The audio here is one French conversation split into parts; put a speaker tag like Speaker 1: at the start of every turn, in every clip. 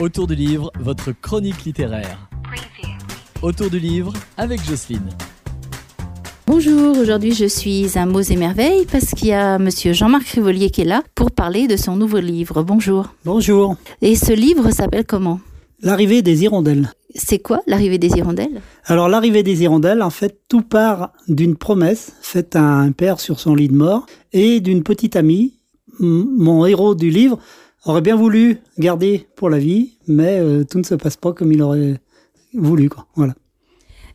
Speaker 1: Autour du livre, votre chronique littéraire. Autour du livre avec Jocelyne.
Speaker 2: Bonjour, aujourd'hui je suis à Mots et Merveilles parce qu'il y a monsieur Jean-Marc Rivolier qui est là pour parler de son nouveau livre. Bonjour.
Speaker 3: Bonjour.
Speaker 2: Et ce livre s'appelle comment
Speaker 3: L'arrivée des hirondelles.
Speaker 2: C'est quoi l'arrivée des hirondelles
Speaker 3: Alors l'arrivée des hirondelles, en fait, tout part d'une promesse faite à un père sur son lit de mort et d'une petite amie. M- Mon héros du livre aurait bien voulu garder pour la vie, mais euh, tout ne se passe pas comme il aurait voulu. Quoi. Voilà.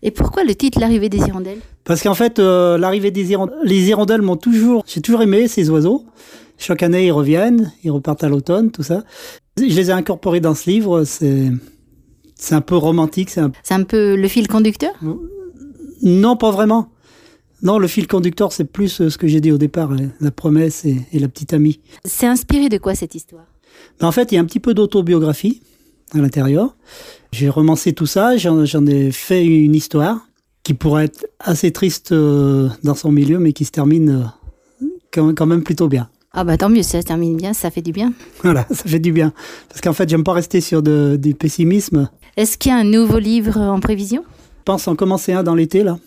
Speaker 2: Et pourquoi le titre l'arrivée des hirondelles
Speaker 3: Parce qu'en fait, euh, l'arrivée des hirondelles, les hirondelles m'ont toujours, j'ai toujours aimé ces oiseaux. Chaque année, ils reviennent, ils repartent à l'automne, tout ça. Je les ai incorporés dans ce livre. C'est, c'est un peu romantique. C'est un-
Speaker 2: C'est un peu le fil conducteur
Speaker 3: non, pas vraiment. Non, le fil conducteur, c'est plus euh, ce que j'ai dit au départ, euh, la promesse et, et la petite amie.
Speaker 2: C'est inspiré de quoi cette histoire
Speaker 3: Mais en fait, il y a un petit peu d'autobiographie à l'intérieur. J'ai romancé tout ça, j'en j'en ai fait une histoire qui pourrait être assez triste euh, dans son milieu, mais qui se termine euh, quand, quand même plutôt bien.
Speaker 2: Ah bah tant mieux, ça se termine bien, ça fait du bien.
Speaker 3: Voilà, ça fait du bien. Parce qu'en fait, j'aime pas rester sur de- du pessimisme.
Speaker 2: Est-ce qu'il y a un nouveau livre en prévision
Speaker 3: Je pense en commencer un dans l'été, là,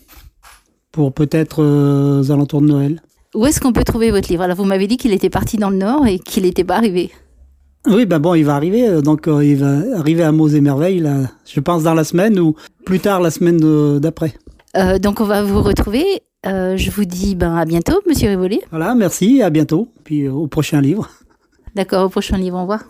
Speaker 3: pour peut-être euh, aux alentours de Noël.
Speaker 2: Où est-ce qu'on peut trouver votre livre Alors vous m'avez dit qu'il était parti dans le nord et qu'il n'était pas arrivé.
Speaker 3: Oui, ben bon, il va arriver. euh, Donc, euh, il va arriver à Mots et Merveilles, là, je pense, dans la semaine ou plus tard la semaine de- d'après.
Speaker 2: Euh, donc on va vous retrouver. Euh, je vous dis ben, à bientôt, monsieur Rivoli.
Speaker 3: Voilà, merci, à bientôt. Puis euh, au prochain livre.
Speaker 2: D'accord, au prochain livre, au revoir.